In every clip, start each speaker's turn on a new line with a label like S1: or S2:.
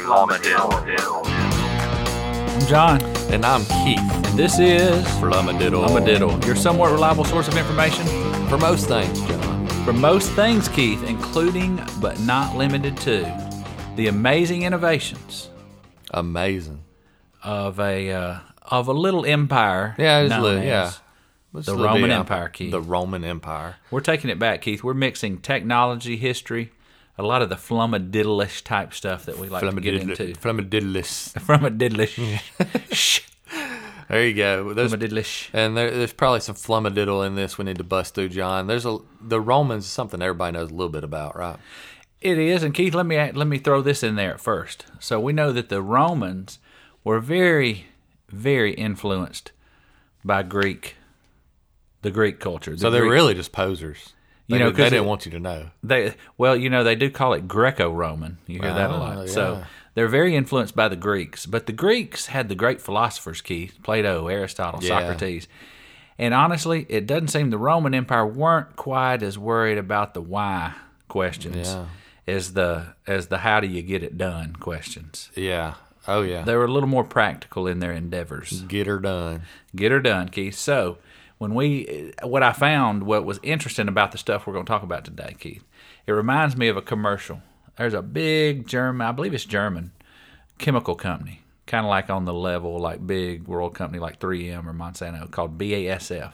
S1: Plummet Hill.
S2: I'm John.
S3: And I'm Keith. And
S2: This is
S3: Flummadiddle.
S2: I'm a Diddle, your somewhat reliable source of information
S3: For most things, John.
S2: for most things, Keith, including but not limited to the amazing innovations
S3: Amazing.
S2: of a uh, of a little empire.
S3: Yeah, it's
S2: known
S3: li- yeah.
S2: as-
S3: Let's
S2: the
S3: look
S2: Roman
S3: it up.
S2: Empire, Keith.
S3: The Roman Empire.
S2: We're taking it back, Keith. We're mixing technology, history, a lot of the flummadiddlish type stuff that we like to get into.
S3: Flamadidlis.
S2: Flummadiddlish. Shh.
S3: There you go. There's,
S2: Flummadiddlish.
S3: and there, there's probably some flummadiddle in this we need to bust through, John. There's a the Romans is something everybody knows a little bit about, right?
S2: It is, and Keith, let me let me throw this in there at first. So we know that the Romans were very, very influenced by Greek, the Greek culture.
S3: So they're really just posers. They,
S2: You know,
S3: did- they
S2: 'cause
S3: didn't
S2: it-
S3: want you to know.
S2: they well, you know, they do call it Greco-Roman. You hear that a lot.
S3: Ah,
S2: So
S3: yeah.
S2: they're very influenced by the Greeks, but the Greeks had the great philosophers, Keith, Plato, Aristotle,
S3: Yeah.
S2: Socrates. And honestly, it doesn't seem the Roman Empire weren't quite as worried about the why questions
S3: Yeah.
S2: as the as the how do you get it done questions.
S3: Yeah. Oh yeah.
S2: They were a little more practical in their endeavors.
S3: Get her done.
S2: Get her done, Keith. So, when we, what I found, what was interesting about the stuff we're going to talk about today, Keith, it reminds me of a commercial. There's a big German, I believe it's German, chemical company, kind of like on the level, like big world company like 3M or Monsanto, called BASF.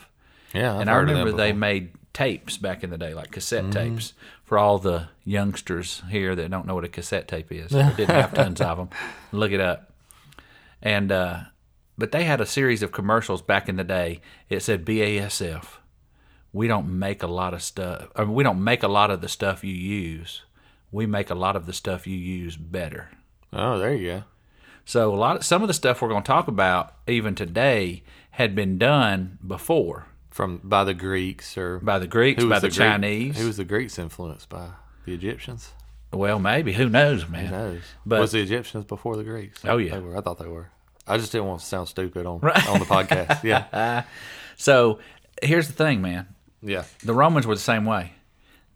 S3: Yeah. I've
S2: and I
S3: heard of them
S2: remember
S3: before.
S2: they
S3: Mm-hmm.
S2: made tapes back in the day, like cassette tapes, for all the youngsters here that don't know what a cassette tape is. They didn't have tons of them. Look it up. And uh, but they had a series of commercials back in the day. It said BASF. We don't make a lot of stuff. I mean, we don't make a lot of the stuff you use. We make a lot of the stuff you use better.
S3: Oh, there you go.
S2: So a lot, of, some of the stuff we're going to talk about even today had been done before
S3: From by the Greeks or
S2: by the Greeks, by
S3: was
S2: the,
S3: Greek-
S2: Chinese.
S3: Who was the Greeks influenced by? The Egyptians?
S2: Well, maybe. Who knows, man?
S3: Who knows?
S2: But-
S3: was the Egyptians before the Greeks?
S2: Oh, yeah.
S3: they were. I thought they were. I just didn't want to sound stupid on on the podcast. Yeah,
S2: So here's the thing, man.
S3: yeah.
S2: The Romans were the same way.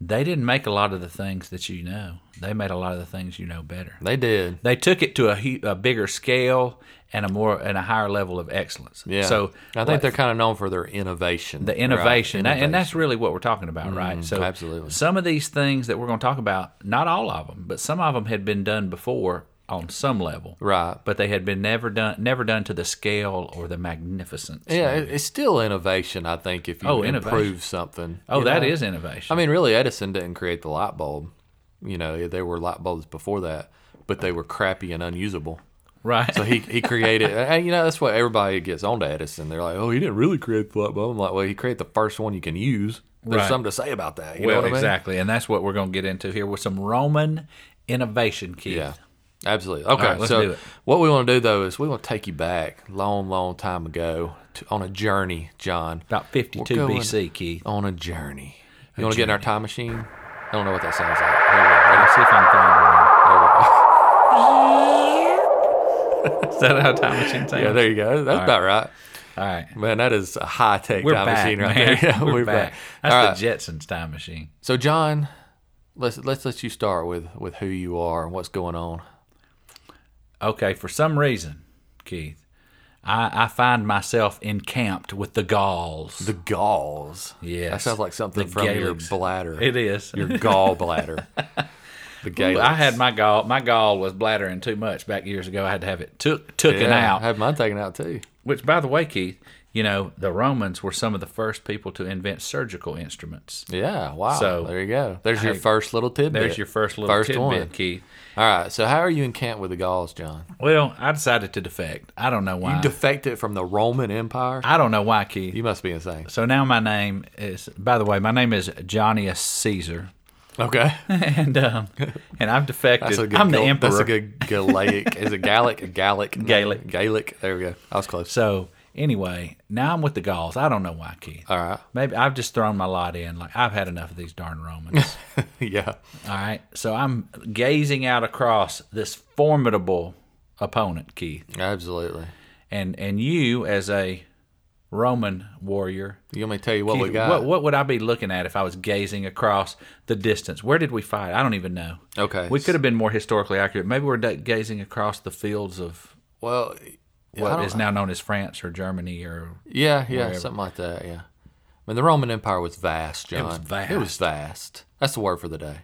S2: They didn't make a lot of the things that you know. They made a lot of the things you know better.
S3: They did.
S2: They took it to a, hu- a bigger scale and a more and a higher level of excellence.
S3: Yeah.
S2: So
S3: I
S2: like,
S3: think they're kind of known for their innovation.
S2: the
S3: right?
S2: innovation, that-
S3: Innovation. Mm,
S2: and that's really what we're talking about, right? So
S3: absolutely.
S2: some of these things that we're going to talk about, not all of them, but some of them had been done before on some level,
S3: right.
S2: But they had been never done, never done to the scale or the magnificence.
S3: Yeah, it, it's still innovation. I think if you
S2: Oh,
S3: improve
S2: innovation.
S3: something.
S2: Oh,
S3: you
S2: that
S3: know?
S2: is innovation.
S3: I mean, really, Edison didn't create the light bulb. You know, there were light bulbs before that, but they were crappy and unusable.
S2: Right.
S3: So he, he created, and you know, that's what everybody gets onto Edison. They're like, oh, he didn't really create the light bulb. I'm like, well, he created the first one you can use. There's
S2: Right.
S3: something to say about that. You know
S2: well,
S3: what I mean?
S2: exactly, and that's what we're going to get into here with some Roman innovation, Keith.
S3: Yeah. Absolutely. Okay.
S2: right, let's
S3: so
S2: do it.
S3: what we want to do, though, is we want to take you back long, long time ago to, on a journey, John.
S2: About 52
S3: We're going-
S2: BC, Keith.
S3: On a journey. You want to get in our time machine? I don't know what that sounds like. Here we go.
S2: Let's see if I can find one. Is that how time machine sounds?
S3: Yeah, there you go. That's about right.
S2: All right.
S3: Man, that is a high tech
S2: We're
S3: time
S2: back,
S3: machine right
S2: man.
S3: there. Yeah,
S2: we're, back. That's
S3: All right.
S2: the Jetsons time machine.
S3: So, John, let's let's let you start with with who you are and what's going on.
S2: Okay, for some reason, Keith, I, I find myself encamped with the Gauls.
S3: The Gauls.
S2: Yes.
S3: that sounds like something
S2: The
S3: from
S2: Gaelics.
S3: your bladder.
S2: it is.
S3: Your gallbladder. the Gaelics.
S2: I had my gall. My gall was bladdering too much back years ago. I had to have it took taken
S3: yeah,
S2: out.
S3: I had mine taken out too.
S2: Which, by the way, Keith, you know, the Romans were some of the first people to invent surgical instruments.
S3: Yeah. Wow.
S2: So,
S3: there you go. There's your
S2: hey,
S3: first little tidbit.
S2: There's your first little
S3: First
S2: tidbit,
S3: one.
S2: Keith.
S3: All right. So, how are you in camp with the Gauls, John? Uh,
S2: Well, I decided to defect. I don't know why.
S3: You defected from the Roman Empire.
S2: I don't know why, Keith.
S3: you must be insane.
S2: So now my name is. By the way, my name is Johnnius Caesar,
S3: Okay.
S2: and um, and I've defected.
S3: That's a good
S2: I'm the
S3: Gal-
S2: emperor.
S3: That's a good Gaelic. is it Gallic? Gallic. no,
S2: Gaelic.
S3: Gaelic. There we go. I was close.
S2: So anyway, now I'm with the Gauls. I don't know why, Keith.
S3: All right.
S2: Maybe I've just thrown my lot in. Like I've had enough of these darn Romans.
S3: yeah.
S2: All right. So I'm gazing out across this formidable opponent, Keith,
S3: Absolutely.
S2: and and you as a Roman warrior.
S3: You want me to tell you what we got?
S2: What, what would I be looking at if I was gazing across the distance? Where did we fight? I don't even know.
S3: Okay.
S2: We could have been more historically accurate. Maybe we're da- gazing across the fields of
S3: Well, yeah, I
S2: what
S3: don't-
S2: is now known as France or Germany or
S3: yeah, yeah, something like that. Yeah. I mean, the Roman Empire was vast, John.
S2: was
S3: It was vast. That's the word for the day.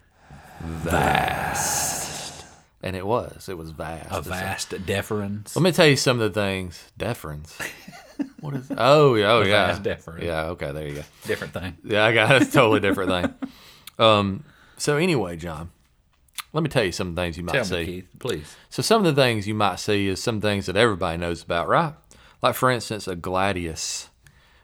S3: Vast. And it was. It was vast.
S2: a vast deference.
S3: Let me tell you some of the things. Deference. what is? Oh yeah, oh yeah.
S2: vast deference.
S3: Yeah. Okay. There you go.
S2: Different thing.
S3: Yeah, I got it's a totally different thing. Um, so anyway, John, let me tell you some things you might
S2: Tell
S3: see.
S2: me, Keith, please.
S3: So some of the things you might see is some things that everybody knows about, right? Like for instance, a gladius.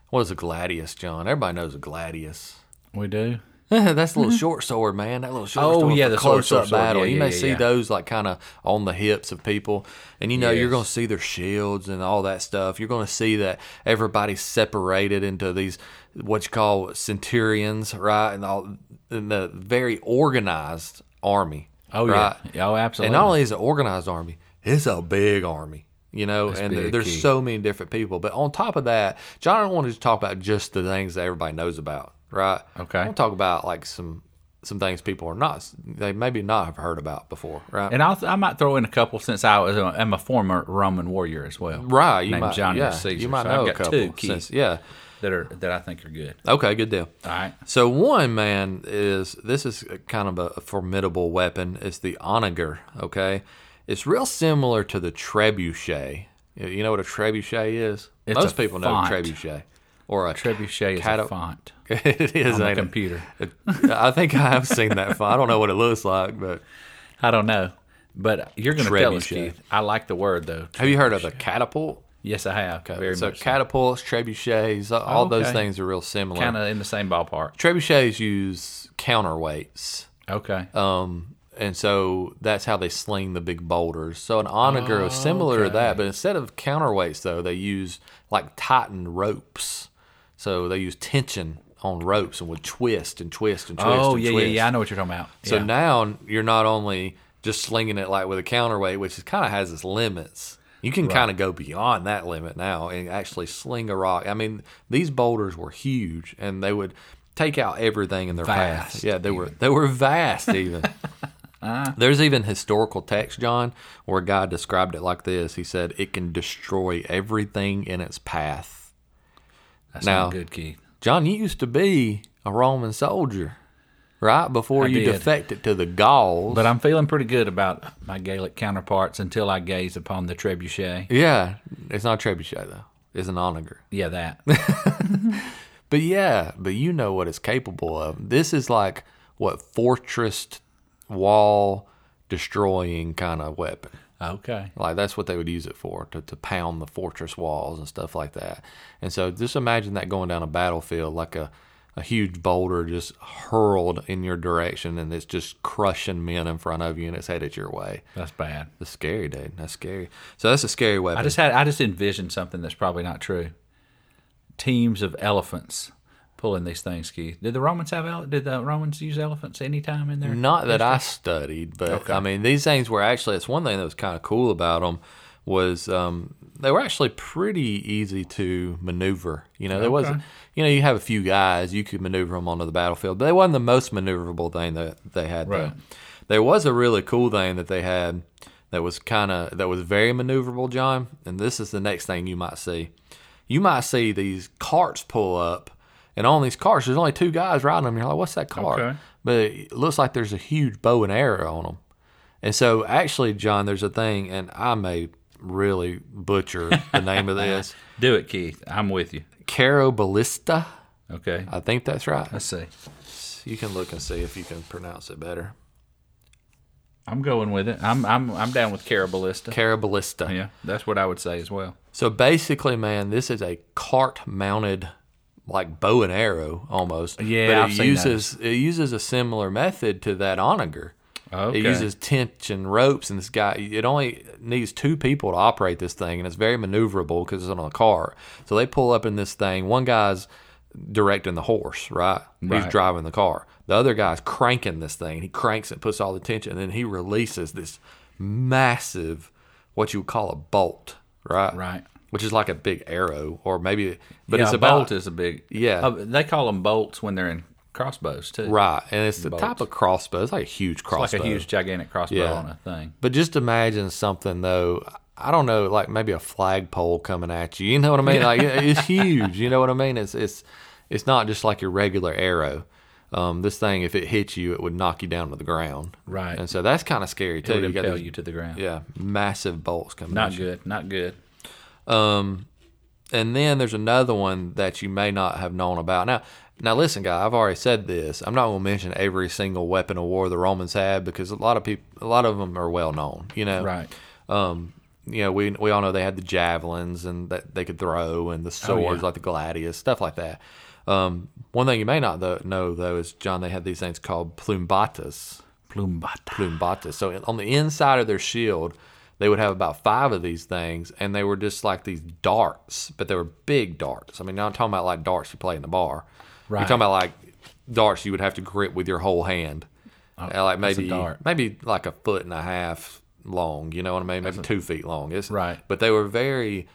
S3: What is a gladius, John? Everybody knows a gladius. Mm-hmm.
S2: We do.
S3: That's a little short sword, man. That little short
S2: Oh,
S3: sword.
S2: yeah,
S3: for
S2: the short
S3: close up
S2: sword, yeah,
S3: battle. you
S2: yeah,
S3: may
S2: yeah,
S3: see
S2: yeah.
S3: those like kind of on the hips of people, and you know you're
S2: Yes.
S3: going to see their shields and all that stuff. You're going to see that everybody's separated into these what you call centurions, right? And all in the very organized army.
S2: Oh
S3: right?
S2: yeah. Oh absolutely.
S3: And not only is it an organized army, it's a big army. You know, and
S2: big,
S3: there's
S2: key.
S3: so many different people. But on top of that, John, I don't want to just talk about just the things that everybody knows about, right?
S2: Okay.
S3: I want to talk about like some some things people are not they maybe not have heard about before, right?
S2: And I'll, I might throw in a couple since I was a, am a former Roman warrior as well.
S3: right? You
S2: Named
S3: might,
S2: Johnny
S3: yeah,
S2: Caesar.
S3: you might
S2: So
S3: know
S2: I've
S3: a
S2: got
S3: couple.
S2: two key.
S3: since- yeah.
S2: That are that I think are good.
S3: Okay. Good deal.
S2: All right.
S3: So one man is this is kind of a formidable weapon. It's the onager. Okay, it's real similar to the trebuchet. You- You know what a trebuchet is?
S2: It's
S3: Most
S2: a
S3: people
S2: font.
S3: know a trebuchet or a
S2: Trebuchet is
S3: Cata-
S2: a font
S3: it is
S2: on the
S3: ain't it?
S2: computer.
S3: I think I have seen that font. I don't know what it looks like, but
S2: I don't know, but you're going to tell us,
S3: Trebuchet.
S2: Keith. I like the word though.
S3: have you heard of a catapult?
S2: Yes, I have. Very
S3: so
S2: much.
S3: catapults, trebuchets, all those
S2: Okay.
S3: things are real similar.
S2: Kind of in the same ballpark.
S3: Trebuchets use counterweights.
S2: Okay.
S3: Um, and so that's how they sling the big boulders. So an onager
S2: Oh,
S3: is similar to that, but instead of counterweights, though, they use like tightened ropes. So they use tension on ropes and would twist and twist and twist.
S2: oh
S3: and
S2: yeah, yeah,
S3: twist.
S2: yeah. I know what you're talking about.
S3: So
S2: yeah.
S3: now you're not only just slinging it like with a counterweight, which is kind of has its limits. You can kind of go beyond that limit now and actually sling a rock. I mean, these boulders were huge, and they would take out everything in their path.
S2: Vast, Uh-huh.
S3: Yeah, they were they were vast even. There's even historical text, John, where a guy described it like this. He said it can destroy everything in its path.
S2: that's
S3: now-
S2: not good, Keith.
S3: John, you used to be a Roman soldier, right? Before you
S2: did.
S3: defected to the Gauls.
S2: But I'm feeling pretty good about my Gaelic counterparts until I gaze upon the trebuchet.
S3: Yeah, it's not a trebuchet though. It's an onager.
S2: Yeah, that.
S3: But yeah, but you know what it's capable of. This is like what fortress wall destroying kind of weapon.
S2: okay.
S3: Like that's what they would use it for to, to pound the fortress walls and stuff like that. And so just imagine that going down a battlefield like a a huge boulder just hurled in your direction and it's just crushing men in front of you and it's headed your way.
S2: That's bad.
S3: That's scary, dude. That's scary. So that's a scary weapon.
S2: I just had I just envisioned something that's probably not true. Teams of elephants pulling these things, Keith. Did the Romans have ele- did the Romans use elephants any time in there?
S3: Not that I studied, but I mean, these things were actually, it's one thing that was kind of cool about them was um, they were actually pretty easy to maneuver. You know, there wasn't, you know, you have a few guys, you could maneuver them onto the battlefield, but they wasn't the most maneuverable thing that they had. though.
S2: Right.
S3: There was a really cool thing that they had that was kind of, that was very maneuverable, John. And this is the next thing you might see. You might see these carts pull up, and on these carts, there's only two guys riding them. You're like, what's that cart?
S2: Okay.
S3: but it looks like there's a huge bow and arrow on them. And so, actually, John, there's a thing, and I may really butcher the name of this
S2: Do it, Keith. I'm with you.
S3: Carobalista.
S2: Okay.
S3: I think that's right.
S2: Let's see.
S3: You can look and see if you can pronounce it better.
S2: I'm going with it. I'm I'm I'm down with Carabalista.
S3: Carobalista.
S2: yeah, that's what I would say as well.
S3: So basically, man, this is a cart-mounted, like bow and arrow almost.
S2: Yeah,
S3: but it
S2: I've seen
S3: uses it uses a similar method to that onager.
S2: Okay.
S3: It uses tension ropes, and this guy it only needs two people to operate this thing, and it's very maneuverable because it's on a car. So they pull up in this thing. One guy's directing the horse, right? He's
S2: Right.
S3: driving the car. The other guy's cranking this thing. He cranks it, puts all the tension, and then he releases this massive, what you would call a bolt, right?
S2: Right.
S3: which is like a big arrow, or maybe, but
S2: yeah,
S3: it's
S2: a
S3: about
S2: bolt is a big.
S3: Yeah.
S2: Uh, they call them bolts when they're in crossbows too.
S3: right, and it's the
S2: bolts.
S3: type of crossbow. It's like a huge
S2: Like
S3: crossbow,
S2: a huge gigantic crossbow
S3: Yeah.
S2: on a thing.
S3: But just imagine something though. I don't know, like maybe a flagpole coming at you. You know what I mean? Like it- it's huge. You know what I mean? It's it's it's not just like your regular arrow. Um, this thing, if it hit you, it would knock you down to the ground.
S2: Right.
S3: And so that's kind of scary too.
S2: It would
S3: You got
S2: impel
S3: these-
S2: you to the ground.
S3: Yeah, massive bolts coming. at
S2: Not
S3: you.
S2: good. Not good.
S3: And then there's another one that you may not have known about. Now, now listen, guy, I've already said this. I'm not going to mention every single weapon of war the Romans had because a lot of people, a lot of them are well known. You know,
S2: Right.
S3: um, you know, we we all know they had the javelins and that they could throw
S2: Oh,
S3: and the swords like the gladius, stuff like that. Um, one thing you may not though, know though is John, they had these things called plumbatas.
S2: Plumbata.
S3: Plumbata. So on the inside of their shield, they would have about five of these things, and they were just like these darts, but they were big darts. I mean, I'm talking about like darts you play in the bar. You're
S2: Right.
S3: talking about like darts you would have to grip with your whole hand. Uh, like
S2: Oh, that's a
S3: maybe
S2: dart.
S3: maybe like a foot and a half long. You know what I mean? Maybe two feet long. It's,
S2: Right.
S3: But they were very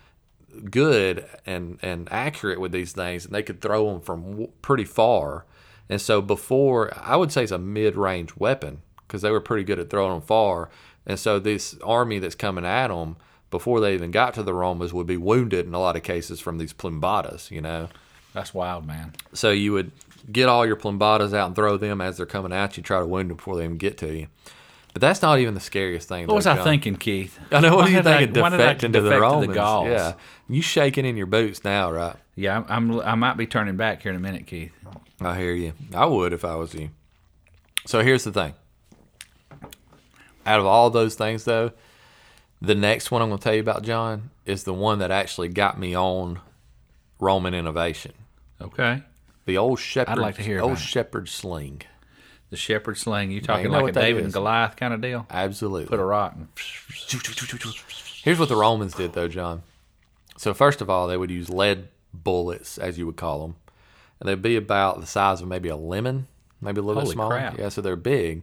S3: good and and accurate with these things, and they could throw them from w- pretty far. And so before, I would say it's a mid-range weapon because they were pretty good at throwing them far. And so this army that's coming at them before they even got to the Romans would be wounded in a lot of cases from these plumbatas, you know.
S2: That's wild, man.
S3: So you would get all your plumbatas out and throw them as they're coming at you, try to wound them before they even get to you. But that's not even the scariest thing.
S2: What was
S3: though,
S2: I
S3: John.
S2: thinking, Keith?
S3: I know. What
S2: Why
S3: do you
S2: did I-
S3: think of
S2: why did I
S3: defecting to
S2: defect
S3: the Romans?
S2: Gauls?
S3: Yeah, you shaking in your boots now, right?
S2: Yeah, I'm, I'm. I might be turning back here in a minute, Keith.
S3: I hear you. I would if I was you. So here's the thing. Out of all those things, though, the next one I'm going to tell you about, John, is the one that actually got me on Roman innovation.
S2: Okay.
S3: The old shepherd.
S2: like to hear
S3: old
S2: about it.
S3: shepherd sling.
S2: The shepherd sling. You talking
S3: know
S2: like
S3: what
S2: a
S3: that
S2: David
S3: is.
S2: and Goliath kind of deal?
S3: Absolutely.
S2: Put a rock. And,
S3: Here's what the Romans did, though, John. So, first of all, they would use lead bullets, as you would call them. And they'd be about the size of maybe a lemon, maybe a little
S2: Holy
S3: bit smaller.
S2: crap.
S3: Yeah, so they're big.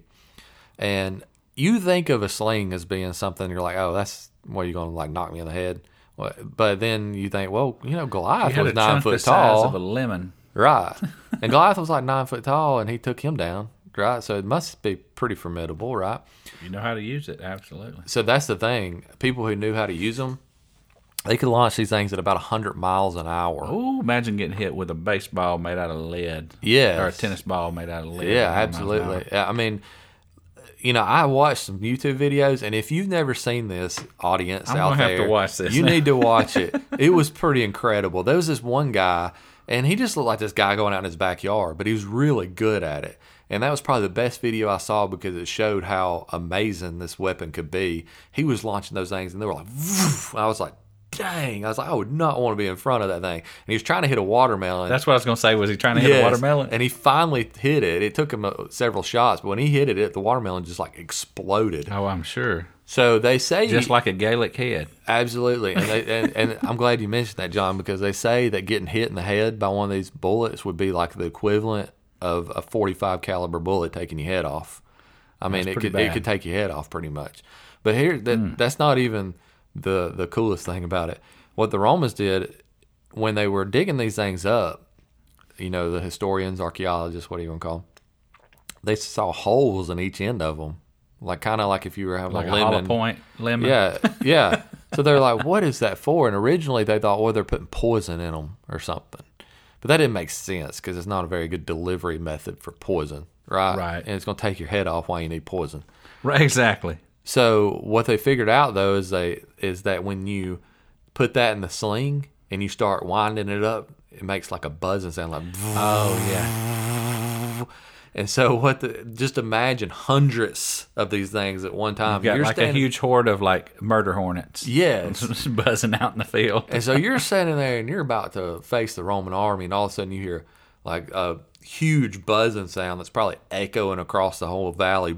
S3: And you think of a sling as being something you're like, oh, that's what you're going to like knock me in the head. Well, But then you think, well, you know, Goliath
S2: had a
S3: was nine
S2: chunk the
S3: foot
S2: size
S3: tall.
S2: of a lemon.
S3: Right. And Goliath was like nine foot tall, and he took him down. Right. So it must be pretty formidable, right?
S2: You know how to use it. Absolutely.
S3: So that's the thing. People who knew how to use them, they could launch these things at about 100 miles an hour.
S2: Oh, imagine getting hit with a baseball made out of lead.
S3: Yes.
S2: Or a tennis ball made out of lead.
S3: Yeah,
S2: I don't know.
S3: absolutely. Yeah, I mean, you know, I watched some YouTube videos, and if you've never seen this audience
S2: I'm
S3: out
S2: gonna have to
S3: there,
S2: watch this
S3: you
S2: now.
S3: need to watch it. It was pretty incredible. There was this one guy, and he just looked like this guy going out in his backyard, but he was really good at it. And that was probably the best video I saw because it showed how amazing this weapon could be. He was launching those things, and they were like, "Vroom." I was like, dang. I was like, I would not want to be in front of that thing. And he was trying to hit a watermelon.
S2: That's what I was going to say. Was he trying to hit a
S3: Yes,
S2: watermelon?
S3: And he finally hit it. It took him uh, several shots, but when he hit it, it, the watermelon just like exploded.
S2: oh, I'm sure.
S3: So they say
S2: Just like a Gaelic head.
S3: absolutely, and, they, and, and I'm glad you mentioned that, John, because they say that getting hit in the head by one of these bullets would be like the equivalent of a 45 caliber bullet taking your head off. I mean, it
S2: pretty
S3: could it
S2: bad. Hmm.
S3: could take your head off pretty much. But here, that that's not even the the coolest thing about it. What the Romans did when they were digging these things up, you know, the historians, archaeologists, what do you want to call them? They saw holes in each end of them, like kind of like if you were having
S2: Like
S3: a
S2: a hollow
S3: lemon.
S2: point lemon.
S3: Yeah, yeah. so they're like, "What is that for?" And originally they thought, "Well, they're putting poison in them or something," but that didn't make sense because it's not a very good delivery method for poison, right?
S2: Right.
S3: And it's going to take your head off while you need poison.
S2: Right, exactly.
S3: So what they figured out though is they is that when you put that in the sling and you start winding it up, it makes like a buzzing sound, like.
S2: Oh, yeah.
S3: And so what? The, just imagine hundreds of these things at one time.
S2: Got
S3: You're
S2: like a
S3: standing-
S2: huge horde of like murder hornets.
S3: Yes.
S2: buzzing out in the field.
S3: And so you're standing there and you're about to face the Roman army, and all of a sudden you hear like a huge buzzing sound that's probably echoing across the whole valley.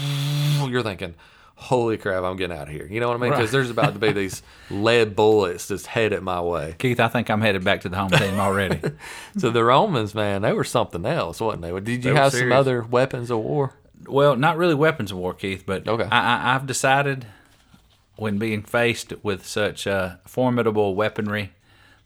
S3: You're thinking, holy crap, I'm getting out of here. You know what I mean? Because
S2: Right.
S3: there's about to be these lead bullets just headed my way.
S2: Keith, I think I'm headed back to the home team already.
S3: So the Romans, man, they were something else, wasn't they? Did you
S2: Mm-hmm. were
S3: have some
S2: serious.
S3: other weapons of war?
S2: well, not really weapons of war, Keith, but
S3: Okay.
S2: I, I, I've decided when being faced with such uh, formidable weaponry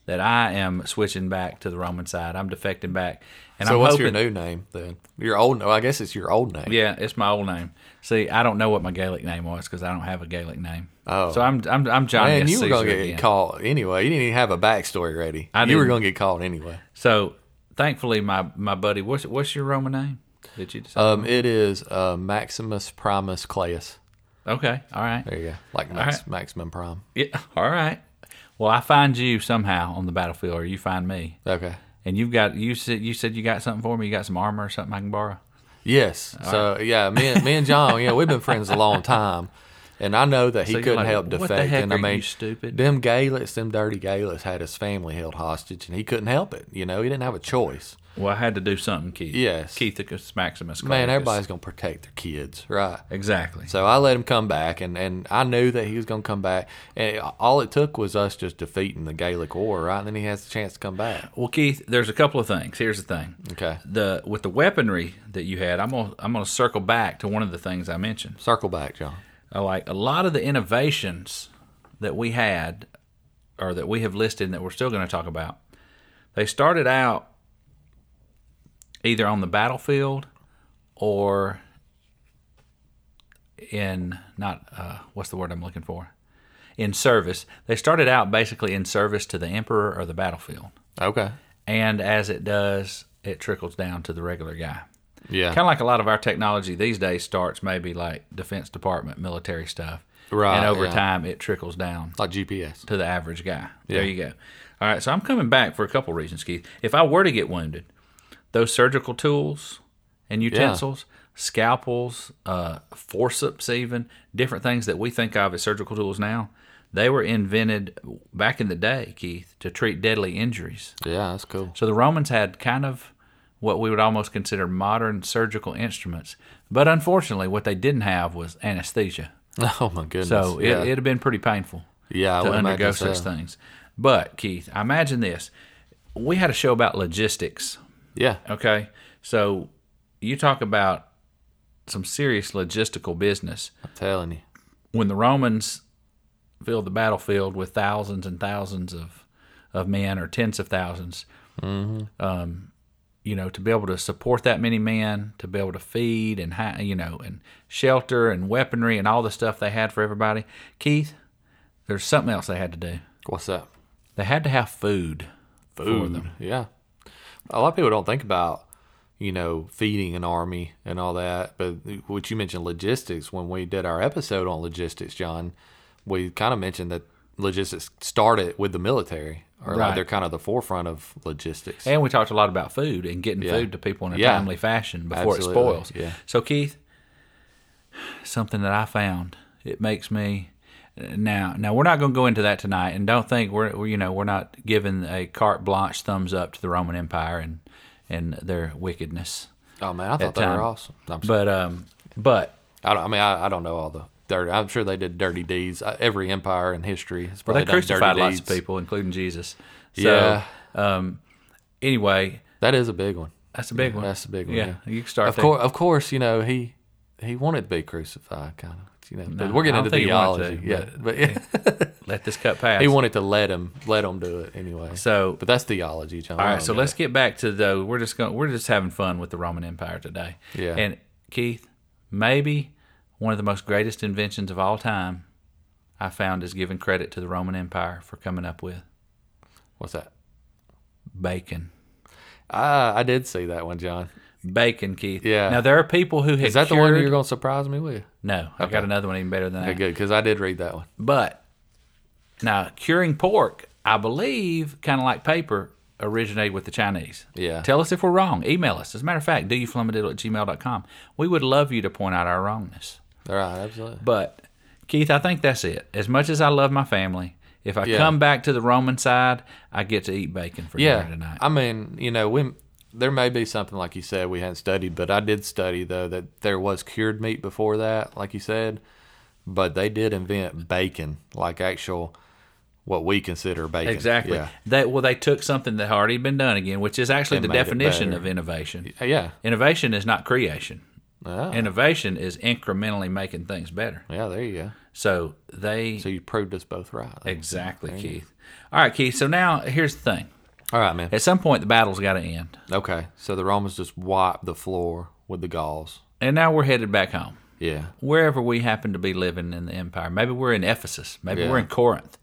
S2: that I am switching back to the Roman side. I'm defecting back. And
S3: so
S2: I'm
S3: what's
S2: hoping,
S3: your new name then? Your old no, I guess it's your old name.
S2: Yeah, it's my old name. See, I don't know what my Gaelic name was because I don't have a Gaelic name.
S3: Oh.
S2: so I'm I'm I'm Johnny
S3: Man,
S2: S.
S3: you were
S2: Caesar
S3: gonna get
S2: again.
S3: caught anyway. You didn't even have a backstory ready.
S2: I
S3: you were
S2: didn't.
S3: gonna get caught anyway.
S2: So thankfully, my my buddy, what's what's your Roman name? Did you decide?
S3: Um, it is uh, Maximus Primus Claius.
S2: okay, all right,
S3: There you go. Like Max, Maximum Prime.
S2: yeah, all right. Well, I find you somehow on the battlefield, or you find me,
S3: Okay.
S2: and you've got you said you said you got something for me. You got some armor or something I can borrow.
S3: Yes. so yeah, me and me and John, yeah, we've been friends a long time, and I know that he
S2: So you're
S3: couldn't
S2: like,
S3: help
S2: "What the
S3: defect.
S2: heck
S3: and I
S2: are
S3: mean,
S2: you, stupid?"
S3: them Gaelics, them dirty Gaelics, had his family held hostage, and he couldn't help it. You know, he didn't have a choice.
S2: Well, I had to do something, Keith.
S3: Yes.
S2: Keith Iccus Maximus.
S3: Man,
S2: Claudius.
S3: everybody's gonna protect their kids, right?
S2: exactly.
S3: So I let him come back, and, and I knew that he was going to come back. And all it took was us just defeating the Gaelic War, right? And then he has the chance to come back.
S2: Well, Keith, there's a couple of things. Here's the thing.
S3: Okay.
S2: The with the weaponry that you had, I'm gonna I'm gonna circle back to one of the things I mentioned.
S3: Circle back, John.
S2: I like a lot of the innovations that we had, or that we have listed, and that we're still going to talk about. They started out either on the battlefield or in not uh, what's the word I'm looking for in service. They started out basically in service to the emperor or the battlefield
S3: Okay.
S2: and as it does, it trickles down to the regular guy.
S3: Yeah.
S2: Kind of like a lot of our technology these days starts maybe like Defense Department, military stuff,
S3: Right,
S2: And over
S3: yeah.
S2: time, it trickles down
S3: like GPS.
S2: to the average guy. There you go. All right, so I'm coming back for a couple reasons, Keith. If I were to get wounded, those surgical tools and utensils, scalpels, uh, forceps, even different things that we think of as surgical tools now, they were invented back in the day, Keith, to treat deadly injuries.
S3: Yeah, that's cool.
S2: So the Romans had kind of what we would almost consider modern surgical instruments, but unfortunately, what they didn't have was anesthesia.
S3: Oh, my goodness.
S2: So
S3: yeah.
S2: it, it'd have been pretty painful
S3: yeah, I
S2: to
S3: would imagine
S2: undergo such
S3: so.
S2: things. But Keith, I imagine this: we had a show about logistics.
S3: Yeah.
S2: Okay, so you talk about some serious logistical business
S3: I'm telling you.
S2: when the Romans filled the battlefield with thousands and thousands of of men or tens of 1000s um, you know, to be able to support that many men, to be able to feed and hi- you know and shelter and weaponry and all the stuff they had for everybody, Keith, there's something else they had to do.
S3: What's up?
S2: They had to have food.
S3: Food.
S2: Mm.
S3: Yeah. A lot of people don't think about, you know, feeding an army and all that. But uh, what you mentioned logistics, when we did our episode on logistics, John, we kind of mentioned that logistics started with the military, or like
S2: Right.
S3: they're kind of the forefront of logistics.
S2: And we talked a lot about food and getting food to people in a
S3: Yeah.
S2: timely fashion before
S3: Absolutely,
S2: it spoils.
S3: yeah.
S2: So Keith, something that I found it makes me now. Now we're not going to go into that tonight, and don't think we're we- you know we're not giving a carte blanche thumbs up to the Roman Empire and and their wickedness.
S3: oh man, I thought
S2: At
S3: they
S2: time.
S3: were awesome. I'm sorry.
S2: But um, but
S3: I, don't, I mean, I, I don't know all the dirty. I'm sure they did dirty deeds. Uh, Every empire in history has
S2: they
S3: probably done
S2: crucified
S3: dirty
S2: lots of
S3: deeds.
S2: people, including Jesus. So,
S3: Yeah.
S2: Um. Anyway,
S3: That is a big one.
S2: that's a big one.
S3: That's a big one.
S2: Yeah, you can start.
S3: Of
S2: there.
S3: course, of course, you know he he wanted to be crucified, kind of. You know, but we're
S2: I
S3: getting
S2: don't
S3: into
S2: think he
S3: theology.
S2: wanted to,
S3: yeah, but yeah,
S2: Let this cut pass.
S3: he wanted to let him let him do it anyway.
S2: so
S3: but that's theology, John.
S2: All right, so let's get back to though. We're just going. We're just having fun with the Roman Empire today.
S3: Yeah.
S2: And Keith, maybe one of the most greatest inventions of all time, I found is giving credit to the Roman Empire for coming up with
S3: What's that?
S2: bacon.
S3: Ah, I did see that one, John.
S2: Bacon, Keith.
S3: Yeah.
S2: Now there are people who have
S3: Is that the one
S2: cured-
S3: you're going to surprise me with?
S2: No, I got another one even better than that.
S3: Okay, good, because I did read that one.
S2: But now curing pork, I believe, kind of like paper, originated with the Chinese.
S3: Yeah.
S2: Tell us if we're wrong. Email us. As a matter of fact, doyouflumadiddle at gmail.com. We would love you to point out our wrongness.
S3: All right, absolutely.
S2: But Keith, I think that's it. As much as I love my family, if I come back to the Roman side, I get to eat bacon for
S3: Yeah,
S2: dinner tonight.
S3: I mean, you know, we there may be something like you said we hadn't studied, but I did study though that there was cured meat before that, like you said. But they did invent bacon, like actual what we consider bacon.
S2: Exactly.
S3: Yeah.
S2: They, well, they took something that had already been done again, which is actually
S3: And
S2: the
S3: made it
S2: definition
S3: better.
S2: of innovation.
S3: Uh, Yeah.
S2: Innovation is not creation.
S3: Oh.
S2: Innovation is incrementally making things better.
S3: Yeah, there you go.
S2: So they
S3: So you proved us both right.
S2: exactly, Keith. All right, Keith. So now here's the thing.
S3: All right, man.
S2: At some point, the battle's got to end,
S3: Okay, so the Romans just wiped the floor with the Gauls.
S2: and now we're headed back home,
S3: Yeah,
S2: wherever we happen to be living in the empire. Maybe we're in Ephesus. Maybe
S3: Yeah.
S2: we're in Corinth.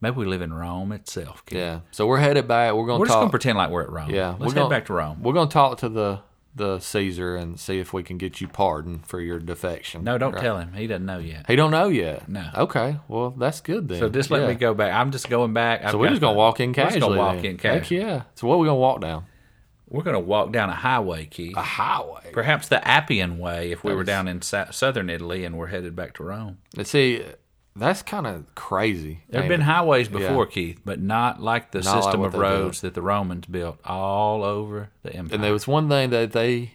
S2: Maybe we live in Rome itself. Keith.
S3: yeah. So we're headed back. We're gonna
S2: We're just
S3: talk.
S2: gonna pretend like we're at Rome.
S3: yeah,
S2: let's
S3: we're gonna,
S2: head back to Rome.
S3: We're gonna talk to the the Caesar and see if we can get you pardoned for your defection.
S2: No, don't
S3: Right.
S2: tell him. He doesn't know yet.
S3: He don't know yet.
S2: No.
S3: Okay. Well, that's good then.
S2: So just let
S3: Yeah.
S2: me go back. I'm just going back. I've
S3: So we're
S2: got
S3: just gonna
S2: the-
S3: walk in
S2: We're
S3: casually.
S2: just gonna walk
S3: then.
S2: in casually.
S3: Heck yeah. So what are we gonna walk down?
S2: We're gonna walk down a highway, Keith.
S3: A highway.
S2: Perhaps the Appian Way if we were
S3: Ah. Nice.
S2: down in sa- southern Italy and we're headed back to Rome.
S3: Let's see, that's kind of crazy.
S2: There have
S3: ain't
S2: been
S3: it?
S2: highways before, Keith, but not like the
S3: Not like
S2: system
S3: what
S2: of
S3: they
S2: roads that the Romans built all over the empire.
S3: and there was one thing that they,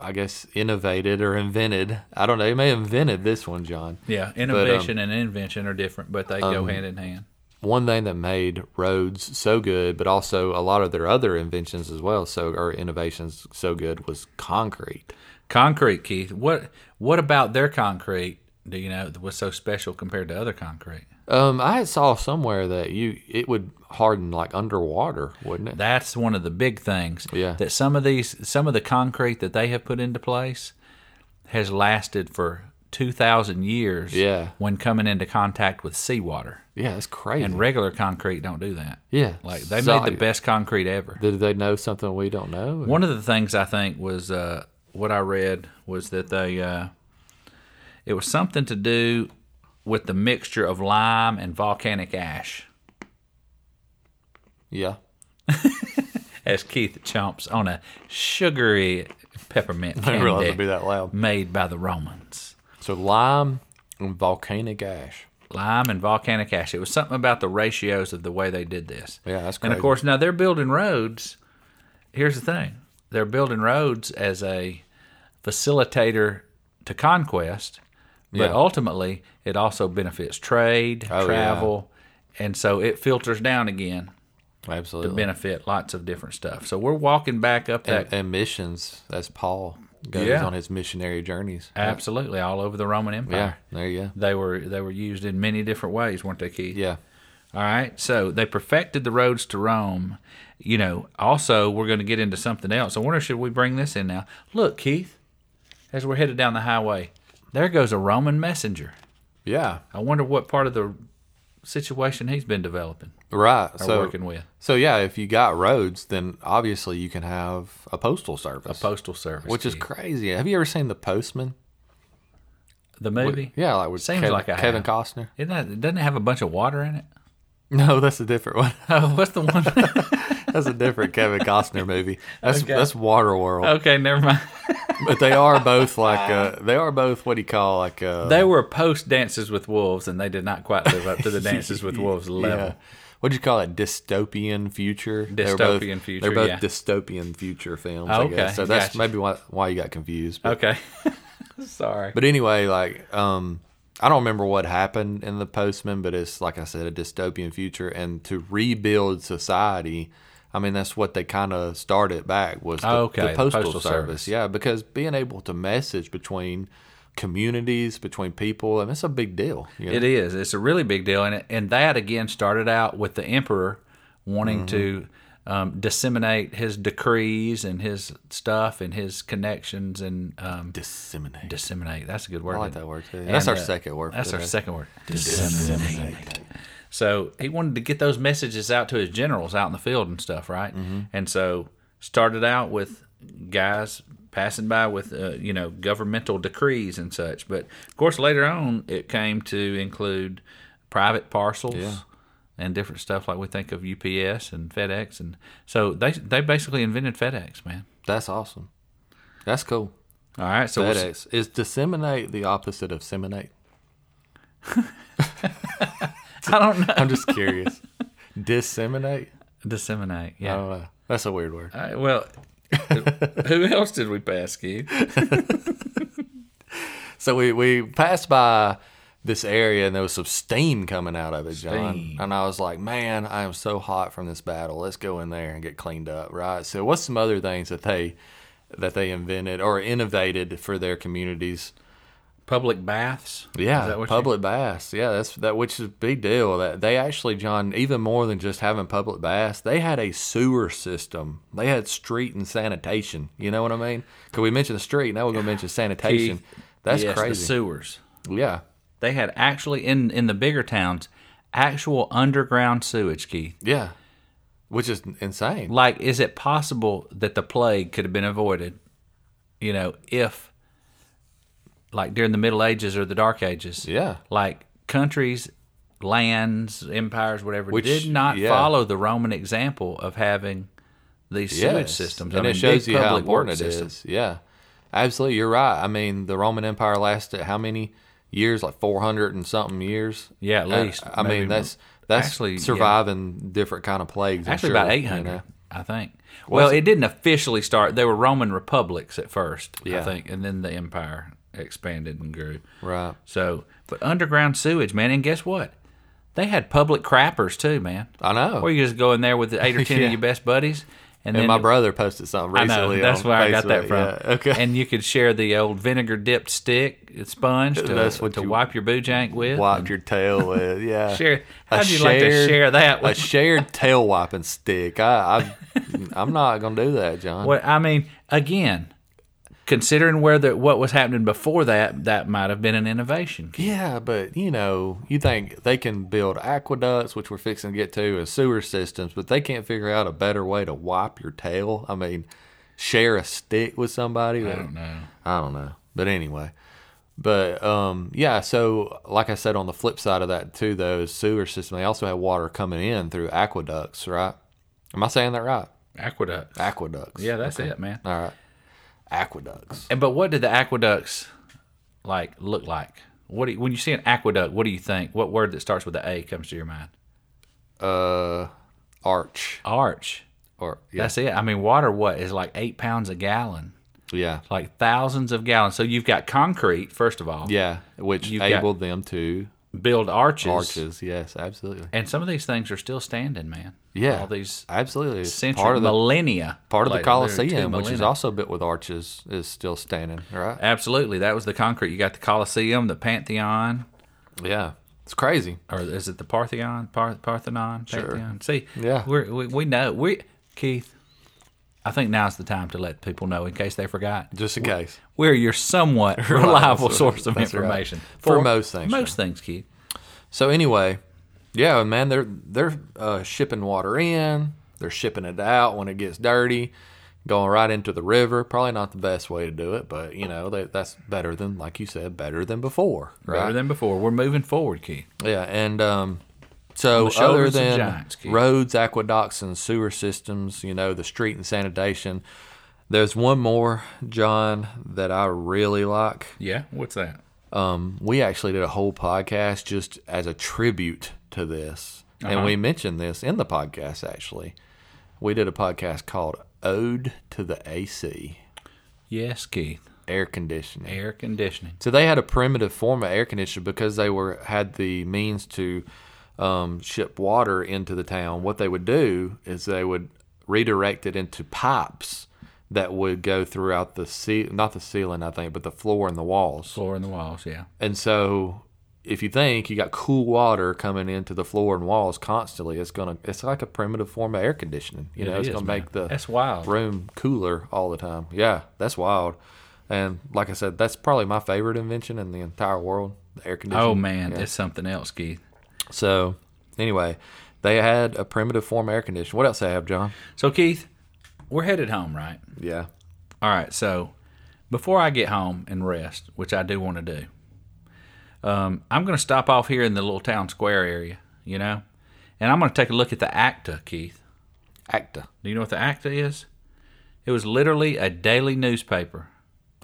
S3: I guess, innovated or invented. I don't know. They may have invented this one, John.
S2: yeah, innovation and invention are different, but they
S3: um,
S2: go hand in hand.
S3: One thing that made roads so good, but also a lot of their other inventions as well, so or innovations so good was concrete.
S2: Concrete, Keith. What what about their concrete? Do you know was so special compared to other concrete?
S3: Um, I had saw somewhere that you it would harden like underwater, wouldn't it?
S2: That's one of the big things.
S3: Yeah.
S2: That some of these, some of the concrete that they have put into place has lasted for 2,000 years
S3: Yeah.
S2: when coming into contact with seawater.
S3: yeah, that's crazy.
S2: And regular concrete don't do that.
S3: yeah,
S2: Like they
S3: So,
S2: made the best concrete ever.
S3: Did they know something we don't know?
S2: One of the things I think was uh, what I read was that they, uh, it was something to do with the mixture of lime and volcanic ash.
S3: yeah.
S2: As Keith chomps on a sugary
S3: I
S2: peppermint candy.
S3: didn't realize it'd be that loud.
S2: made by the Romans.
S3: So lime and volcanic ash.
S2: Lime and volcanic ash. It was something about the ratios of the way they did this.
S3: Yeah, that's
S2: And of
S3: crazy.
S2: course, now they're building roads. Here's the thing they're building roads as a facilitator to conquest, but
S3: Yeah.
S2: ultimately it also benefits trade,
S3: Oh, yeah.
S2: travel, and so it filters down again to
S3: Absolutely.
S2: benefit lots of different stuff. So we're walking back up that.
S3: and, and missions, as Paul goes
S2: Yeah.
S3: on his missionary journeys.
S2: absolutely, all over the Roman Empire.
S3: uh, Yeah, there you go.
S2: They were they were used in many different ways, weren't they, Keith?
S3: Yeah.
S2: All right. So they perfected the roads to Rome. You know, also, we're going to get into something else. I wonder, should we bring this in now? Look, Keith, as we're headed down the highway, there goes a Roman messenger.
S3: Yeah.
S2: I wonder what part of the situation he's been developing
S3: Right.
S2: or
S3: so
S2: working with.
S3: so yeah, if you got roads, then obviously you can have a postal service.
S2: Postal Service.
S3: which is
S2: Keith.
S3: crazy. Have you ever seen The Postman?
S2: the movie.
S3: Yeah, like with
S2: Seems
S3: Kevin,
S2: like I
S3: Kevin
S2: have.
S3: Costner.
S2: Isn't that, doesn't it have a bunch of water in it?
S3: No, that's a different one.
S2: Oh, what's the one?
S3: That's a different Kevin Costner movie. That's
S2: Okay.
S3: that's Waterworld.
S2: okay, never mind.
S3: But they are both like uh, they are both what do you call like uh,
S2: They were post Dances with Wolves, and they did not quite live up to the Dances with Wolves level.
S3: Yeah. What do you call it? Dystopian future. They're
S2: Dystopian future,
S3: They're both
S2: yeah.
S3: dystopian future films.
S2: Oh,
S3: I guess.
S2: okay,
S3: So that's
S2: gotcha.
S3: maybe why, why you got confused. But,
S2: Okay. Sorry.
S3: but anyway, like um, I don't remember what happened in the Postman, but it's like I said, a dystopian future, and to rebuild society. I mean, that's what they kind of started back was the,
S2: Oh, Okay,
S3: the
S2: the
S3: postal,
S2: postal
S3: service.
S2: service.
S3: Yeah, because being able to message between communities, between people, and it's a big deal. You know?
S2: It is. It's a really big deal, and and that again started out with the emperor wanting to
S3: Mm-hmm.
S2: um, disseminate his decrees and his stuff and his connections and um,
S3: Disseminate.
S2: disseminate. That's a good word.
S3: I like
S2: isn't it?
S3: that word. Too. That's our
S2: uh,
S3: second word. for
S2: That's our
S3: today.
S2: second word. Disseminate. So he wanted to get those messages out to his generals out in the field and stuff, right?
S3: Mm-hmm.
S2: And so started out with guys passing by with uh, you know governmental decrees and such. But of course, later on, it came to include private parcels. And different stuff like we think of UPS and FedEx, and so they they basically invented FedEx, man.
S3: That's awesome. That's cool.
S2: All right, so we'll-
S3: FedEx is disseminate the opposite of seminate.
S2: I don't know
S3: I'm just curious. disseminate? I
S2: disseminate. Yeah,
S3: don't know. That's a weird word.
S2: All right, well, who else did we pass, Keith?
S3: So we, we passed by this area and there was some steam coming out of it, John.
S2: Steam.
S3: And I was like, man, I am so hot from this battle. Let's go in there and get cleaned up, right? So what's some other things that they that they invented or innovated for their communities.
S2: Public baths. Is that
S3: Yeah,
S2: what you-
S3: public baths. Yeah, that's that, which is a big deal. That they actually, John, even more than just having public baths, they had a sewer system. They had street and sanitation. You know what I mean? Because we mentioned the street, now we're gonna mention sanitation.
S2: Keith,
S3: That's
S2: yes, The
S3: crazy.
S2: sewers.
S3: yeah,
S2: They had actually in in the bigger towns actual underground sewage, Keith.
S3: yeah, which is insane.
S2: Like, is it possible that the plague could have been avoided? You know, if like during the Middle Ages or the Dark Ages,
S3: Yeah,
S2: like countries, lands, empires, whatever,
S3: Which-
S2: did not
S3: yeah.
S2: follow the Roman example of having these sewage
S3: Yes.
S2: systems.
S3: and
S2: I
S3: it
S2: mean,
S3: shows
S2: big
S3: you how
S2: public work
S3: important it
S2: systems.
S3: is. Yeah, absolutely. You're right. I mean, the Roman Empire lasted how many years? Like 400 and something years.
S2: Yeah, at
S3: I-
S2: least.
S3: I,
S2: Maybe
S3: mean, that's that's
S2: Actually, yeah.
S3: surviving different kind of plagues. I'm
S2: Actually,
S3: sure,
S2: about
S3: you
S2: 800,
S3: know.
S2: I think. Well, it didn't officially start. They were Roman republics at first, I
S3: Yeah.
S2: think, and then the empire expanded and grew.
S3: Right.
S2: So, but underground sewage, man, and guess what? They had public crappers too, man.
S3: I know.
S2: Where you just go in there with eight or ten
S3: Oh. Yeah.
S2: of your best buddies, and,
S3: and
S2: then
S3: my brother posted something
S2: I know
S3: recently.
S2: that's
S3: on
S2: where I got that
S3: Facebook.
S2: from.
S3: Yeah, Okay.
S2: And you could share the old vinegar dipped stick sponge to,
S3: That's what
S2: to
S3: you-
S2: wipe your boojank with.
S3: wiped your tail with. Yeah.
S2: Share.
S3: A
S2: How'd you like to
S3: shared-
S2: share that
S3: A
S2: with
S3: shared tail wiping stick. I, I I'm not gonna do that, John.
S2: What I mean, again, considering where the what was happening before that, that might have been an innovation.
S3: Yeah, but you know, you think they can build aqueducts, which we're fixing to get to, and sewer systems, but they can't figure out a better way to wipe your tail. I mean, share a stick with somebody. I don't
S2: know.
S3: I don't know. But anyway, but um, yeah. So, like I said, on the flip side of that too, though, sewer system. They also have water coming in through aqueducts, right? Am I saying that right?
S2: Aqueduct.
S3: Aqueducts.
S2: Yeah, that's it, man.
S3: All right. Aqueducts.
S2: And but what did the aqueducts like look like? What do you, when you see an aqueduct, what do you think? What word that starts with the A comes to your mind?
S3: Uh, arch
S2: Arch.
S3: or yeah,
S2: That's it. I mean, water what is like eight pounds a gallon,
S3: yeah.
S2: like thousands of gallons. So you've got concrete first of all.
S3: Yeah, which
S2: You've got-
S3: enabled them to
S2: Build arches.
S3: arches. Yes, absolutely.
S2: And some of these things are still standing, man.
S3: Yeah,
S2: All these
S3: absolutely. It's
S2: century,
S3: part of the
S2: millennia.
S3: part of
S2: later.
S3: the
S2: There are
S3: Colosseum,
S2: two
S3: which is
S2: millennia.
S3: also built with arches, is still standing. Right?
S2: Absolutely, that was the concrete. You got the Colosseum, the Pantheon,
S3: Yeah, it's crazy.
S2: or is it the Parthenon? Par- Parthenon, Pantheon. See,
S3: Yeah.
S2: we're, we we know we Keith. I think now's the time to let people know in case they forgot.
S3: Just in case.
S2: We're your somewhat reliable source of information
S3: For most things,
S2: Most things, Keith.
S3: So anyway, yeah, man, they're they're uh, shipping water in. They're shipping it out when it gets dirty, going right into the river. Probably not the best way to do it, but you know that that's better than, like you said, better than before.
S2: Better than before. We're moving forward, Keith.
S3: Yeah, and um, so
S2: the
S3: other
S2: shoulders of
S3: than
S2: giants, Keith.
S3: roads, aqueducts, and sewer systems, you know, the street and sanitation. There's one more, John, that I really like.
S2: Yeah. What's that?
S3: Um, we actually did a whole podcast just as a tribute to this,
S2: Uh-huh.
S3: and we mentioned this in the podcast. Actually, we did a podcast called "Ode to the AC
S2: Yes, Keith.
S3: Air Conditioning."
S2: Air conditioning.
S3: So they had a primitive form of air conditioning because they were had the means to um, ship water into the town. What they would do is they would redirect it into pipes that would go throughout the ce- not the ceiling, I think, but the floor and the walls.
S2: Floor and the walls. Yeah.
S3: And so, if you think you got cool water coming into the floor and walls constantly, it's gonna it's like a primitive form of air conditioning. You know,
S2: It
S3: it's
S2: is,
S3: gonna
S2: man.
S3: make the
S2: That's wild.
S3: room cooler all the time. Yeah, that's wild. And like I said, that's probably my favorite invention in the entire world, the air conditioning.
S2: Oh man, it's something else, Keith.
S3: So anyway, they had a primitive form of air conditioning. What else they have, John?
S2: So Keith, we're headed home, right?
S3: Yeah.
S2: All right. So before I get home and rest, which I do want to do, um, I'm going to stop off here in the little town square area, you know, and I'm going to take a look at the ACTA, Keith.
S3: Acta.
S2: Do you know what the ACTA is? It was literally a daily newspaper.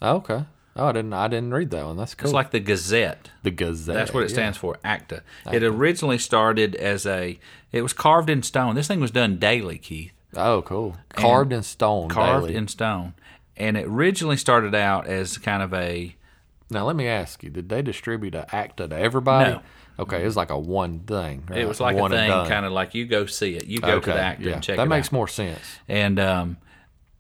S3: Oh, okay. Oh, I didn't I didn't read that one. That's cool.
S2: It's like the Gazette.
S3: the Gazette.
S2: That's what it
S3: yeah.
S2: stands for, ACTA. It originally started as a. It was carved in stone. This thing was done daily, Keith.
S3: Oh, cool. Carved in stone.
S2: carved
S3: daily.
S2: in stone. And it originally started out as kind of a
S3: Now let me ask you: Did they distribute an acta to everybody?
S2: No.
S3: Okay, it was like a one thing. Right?
S2: it was like
S3: Uh, one
S2: a
S3: and
S2: thing
S3: done.
S2: kind of like you go see it, you go to the actor
S3: yeah.
S2: and check
S3: that
S2: it
S3: makes
S2: out.
S3: more sense.
S2: and um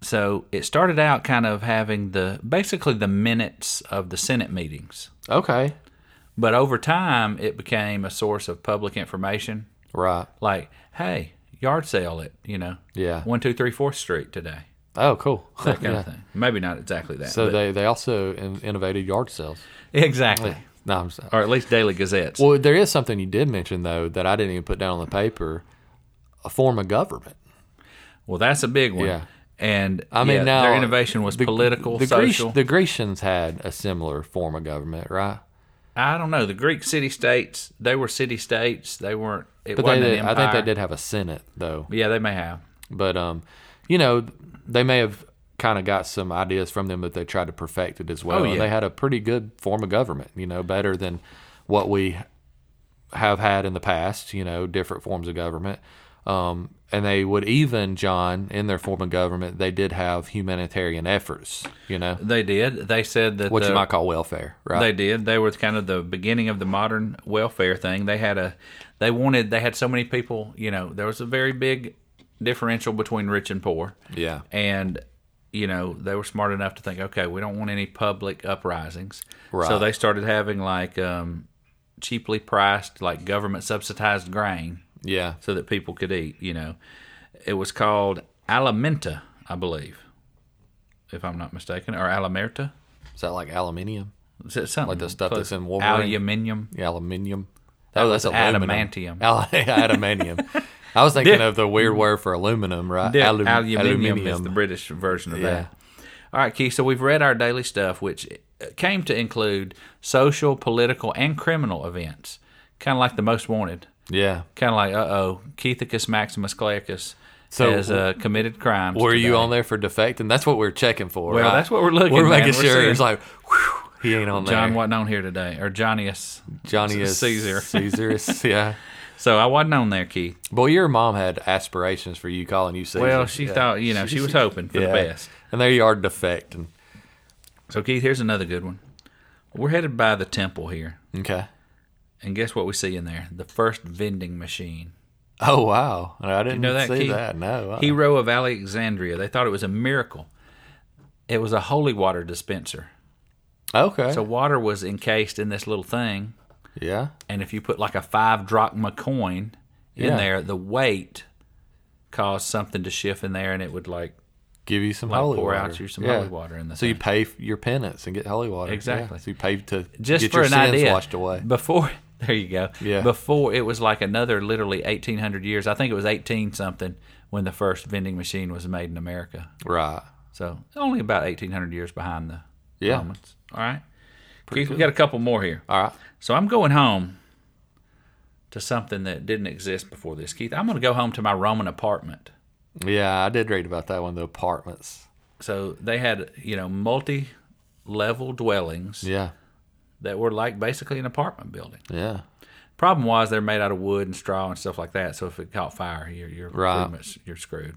S2: So it started out kind of having the basically the minutes of the Senate meetings,
S3: Okay.
S2: but over time it became a source of public information.
S3: Right.
S2: Like, hey, yard sale at you know,
S3: Yeah.
S2: one two three fourth Street today,
S3: Oh, cool.
S2: that kind of thing. Maybe not exactly that.
S3: So
S2: but-
S3: they, they also in, innovated yard sales.
S2: exactly,
S3: No, I'm sorry.
S2: or at least daily gazettes.
S3: Well, there is something you did mention though that I didn't even put down on the paper. A form of government.
S2: Well, that's a big one.
S3: Yeah.
S2: And
S3: I mean,
S2: yeah,
S3: now
S2: their innovation was political,
S3: The, Grecian-
S2: social.
S3: the Grecians had a similar form of government, right?
S2: I don't know. The Greek city states, they were city states. They weren't. It
S3: But they
S2: wasn't
S3: did,
S2: an
S3: I think they
S2: empire.
S3: did have a senate though.
S2: Yeah, they may have.
S3: But um, you know, they may have kind of got some ideas from them, but they tried to perfect it as well.
S2: Oh,
S3: And
S2: yeah.
S3: they had a pretty good form of government, you know, better than what we have had in the past. You know, different forms of government. Um, and they would even John in their form of government, they did have humanitarian efforts. You know,
S2: They did. They said that.
S3: what
S2: the,
S3: you might call welfare, right?
S2: They did. They were kind of the beginning of the modern welfare thing. They had a. They wanted. They had so many people. You know, there was a very big differential between rich and poor.
S3: yeah.
S2: and you know they were smart enough to think okay we don't want any public uprisings
S3: Right.
S2: so they started having like um, cheaply priced like government subsidized grain
S3: Yeah.
S2: so that people could eat you know it was called alimenta i believe if i'm not mistaken or alimerta
S3: Is that like aluminium?
S2: is it something like
S3: the stuff that's in Wolverine?
S2: aluminium
S3: Yeah, aluminium. oh, that's
S2: was
S3: aluminum.
S2: adamantium.
S3: Al- adamantium. I was thinking of the weird word for aluminum, right?
S2: Yeah,
S3: Alu-
S2: aluminium, is the British version of
S3: Yeah.
S2: that. All right, Keith. So we've read our daily stuff, which uh, came to include social, political, and criminal events, kind of like the Most Wanted.
S3: yeah.
S2: Kind of like, uh oh, Keithicus Maximus Claicus
S3: So
S2: has uh, committed crimes.
S3: Were you
S2: today.
S3: on there for defecting? That's what we're checking for.
S2: Well,
S3: right?
S2: that's what we're looking,
S3: We're
S2: man.
S3: making
S2: We're
S3: sure
S2: seeing-
S3: it's like, whew, he ain't on
S2: John
S3: there.
S2: wasn't on here today, or Johnnyus.
S3: Johnny is
S2: Caesar.
S3: Caesar is yeah.
S2: So I wasn't on there, Keith.
S3: Boy, your mom had aspirations for you calling you Caesar.
S2: Well, she
S3: Yeah.
S2: thought, you know, she was hoping for the
S3: Yeah.
S2: best.
S3: And there you are defecting.
S2: So Keith, here's another good one. We're headed by the temple here,
S3: Okay. and
S2: and guess what we see in there? The first vending machine.
S3: Oh wow, I didn't
S2: know that,
S3: see
S2: Keith?
S3: that. No, I-
S2: Hero of Alexandria. They thought it was a miracle. It was a holy water dispenser.
S3: okay.
S2: So water was encased in this little thing,
S3: yeah.
S2: and if you put like a five drachma coin in
S3: Yeah.
S2: there, the weight caused something to shift in there, and it would like
S3: give you some
S2: Like
S3: holy
S2: pour
S3: water.
S2: out you some holy water in the
S3: So you pay f- your penance and get holy water. Yeah.
S2: Exactly.
S3: So you pay to
S2: just
S3: get
S2: for
S3: your
S2: an
S3: sins
S2: idea.
S3: washed away.
S2: Before there you go.
S3: Yeah.
S2: Before it was like another literally eighteen hundred years. I think it was eighteen something when the first vending machine was made in America.
S3: Right.
S2: So only about eighteen hundred years behind the
S3: Yeah.
S2: Romans. All right. Keith, we got a couple more here.
S3: All right.
S2: So I'm going home to something that didn't exist before this, Keith. I'm going to go home to my Roman apartment.
S3: Yeah, I did read about that one. The apartments.
S2: So they had, you know, multi-level dwellings
S3: Yeah.
S2: that were like basically an apartment building.
S3: Yeah.
S2: Problem was they're made out of wood and straw and stuff like that. So if it caught fire, you're you're
S3: Right.
S2: pretty much you're screwed.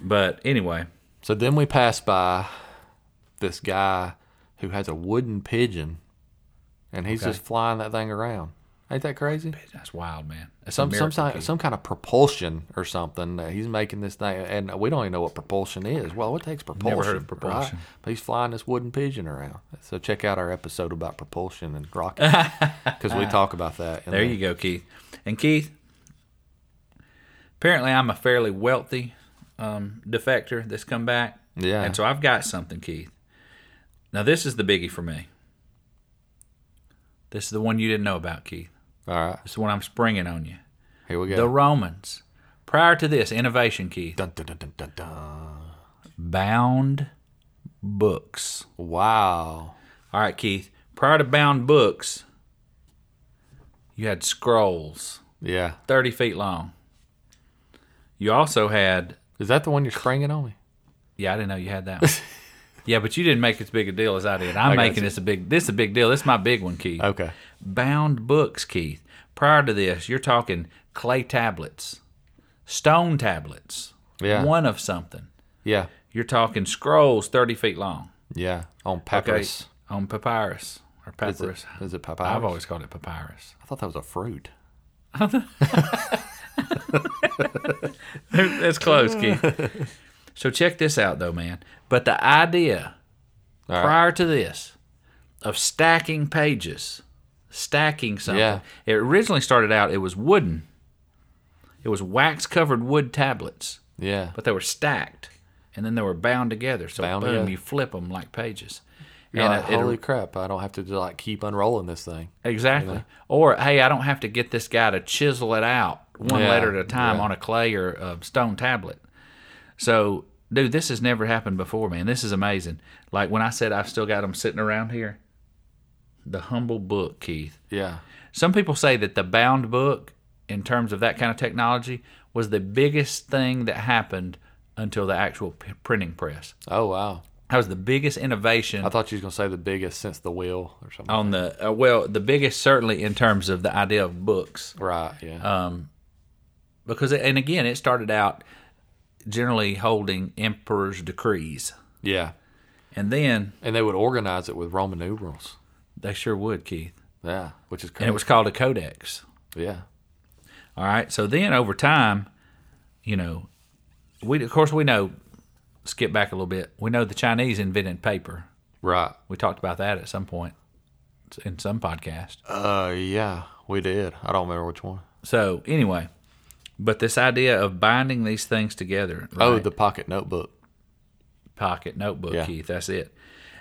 S2: But anyway,
S3: So then we passed by this guy who has a wooden pigeon, and he's just flying that thing around. Ain't that crazy?
S2: that's wild, man. That's a
S3: Some some
S2: miracle,
S3: si-
S2: Keith.
S3: some kind of propulsion or something. that He's making this thing, and we don't even know what propulsion is. Well, what takes propulsion?
S2: heard of
S3: right?
S2: propulsion.
S3: But he's flying this wooden pigeon around. So check out our episode about propulsion and rockets because we talk about that. in
S2: There
S3: the-
S2: you go, Keith. And Keith, apparently I'm a fairly wealthy um, defector that's come back.
S3: Yeah.
S2: And so I've got something, Keith. Now, this is the biggie for me. This is the one you didn't know about, Keith.
S3: All right,
S2: This is the one I'm springing on you.
S3: here we
S2: The
S3: go.
S2: Romans, prior to this, innovation, Keith,
S3: Dun, dun, dun, dun, dun, dun.
S2: bound books.
S3: Wow.
S2: All right, Keith, prior to bound books, you had scrolls.
S3: Yeah.
S2: 30 feet long. You also had,
S3: Is that the one you're springing on me?
S2: yeah, I didn't know you had that one. yeah, but you didn't make as big a deal as I did.
S3: got
S2: I'm making
S3: you.
S2: this a big, this is a big deal. This is my big one, Keith.
S3: Okay.
S2: Bound books, Keith. Prior to this, you're talking clay tablets, stone tablets,
S3: Yeah.
S2: one of something.
S3: Yeah.
S2: You're talking scrolls 30 feet long.
S3: Yeah. On
S2: Okay.
S3: peppers.
S2: On papyrus or
S3: Is it,
S2: papyrus.
S3: is it papyrus?
S2: I've always called it papyrus.
S3: I thought that was a fruit.
S2: That's close, Keith. So check this out, though, man. But the idea
S3: All right.
S2: prior to this of stacking pages, stacking something.
S3: Yeah.
S2: It originally started out, it was wooden, it was wax covered wood tablets,
S3: Yeah.
S2: but they were stacked and then they were bound together. So,
S3: Bound
S2: boom,
S3: together.
S2: you flip them like pages.
S3: You're like,
S2: it- it-
S3: holy crap! I don't have to like keep unrolling this thing.
S2: Exactly. Or hey, I don't have to get this guy to chisel it out one
S3: Yeah,
S2: letter at a time
S3: yeah.
S2: on a clay or a stone tablet. So, dude, this has never happened before, man. This is amazing. Like when I said I've still got them sitting around here, the humble book, Keith.
S3: Yeah.
S2: Some people say that the bound book, in terms of that kind of technology, was the biggest thing that happened until the actual p- printing press.
S3: Oh wow!
S2: That was the biggest innovation
S3: I thought you was gonna say the biggest since the wheel or something.
S2: on the uh, well, the biggest certainly in terms of the idea of books.
S3: Right. Yeah.
S2: Uh. because and again it started out generally holding emperor's decrees
S3: yeah.
S2: and then
S3: And they would organize it with Roman numerals.
S2: they sure would keith
S3: Yeah, which is
S2: and
S3: crazy.
S2: it was called a codex
S3: yeah.
S2: all right so then over time you know we of course we know skip back a little bit we know the chinese invented paper
S3: Right.
S2: we talked about that at some point in some podcast
S3: Uh, yeah, we did. I don't remember which one.
S2: so anyway but this idea of binding these things together
S3: Oh,
S2: right?
S3: the pocket notebook.
S2: pocket notebook,
S3: Yeah.
S2: Keith. That's it.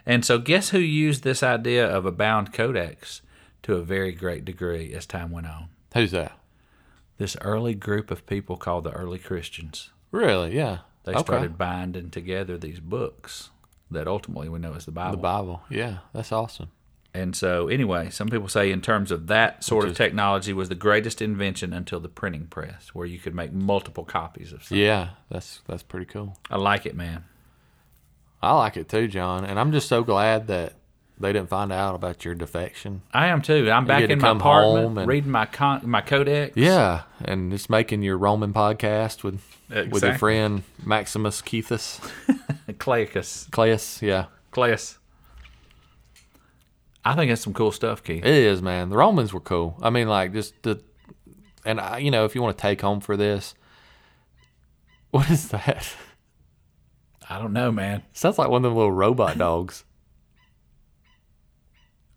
S2: And so, guess who used this idea of a bound codex to a very great degree as time went on?
S3: Who's that?
S2: This early group of people called the early Christians.
S3: Really? Yeah.
S2: They
S3: Okay.
S2: started binding together these books that ultimately we know as the Bible.
S3: the Bible. Yeah, that's awesome.
S2: And so, anyway, some people say in terms of that sort of technology was the greatest invention until the printing press, where you could make multiple copies of something.
S3: Yeah, that's that's pretty cool.
S2: I like it, man.
S3: I like it too, John. And I'm just so glad that they didn't find out about your defection.
S2: I am too. I'm back
S3: get to
S2: in my
S3: come home
S2: apartment
S3: and-
S2: reading my con- my codex.
S3: Yeah, and just making your Roman podcast with with your
S2: Exactly.
S3: friend Maximus Keithus
S2: Cleicus.
S3: Claus. Yeah,
S2: class. I think that's some cool stuff, Keith.
S3: It is, man. The Romans were cool. I mean, like just the, and I, you know, if you want to take home for this, what is that?
S2: I don't know, man.
S3: Sounds like one of them little robot dogs.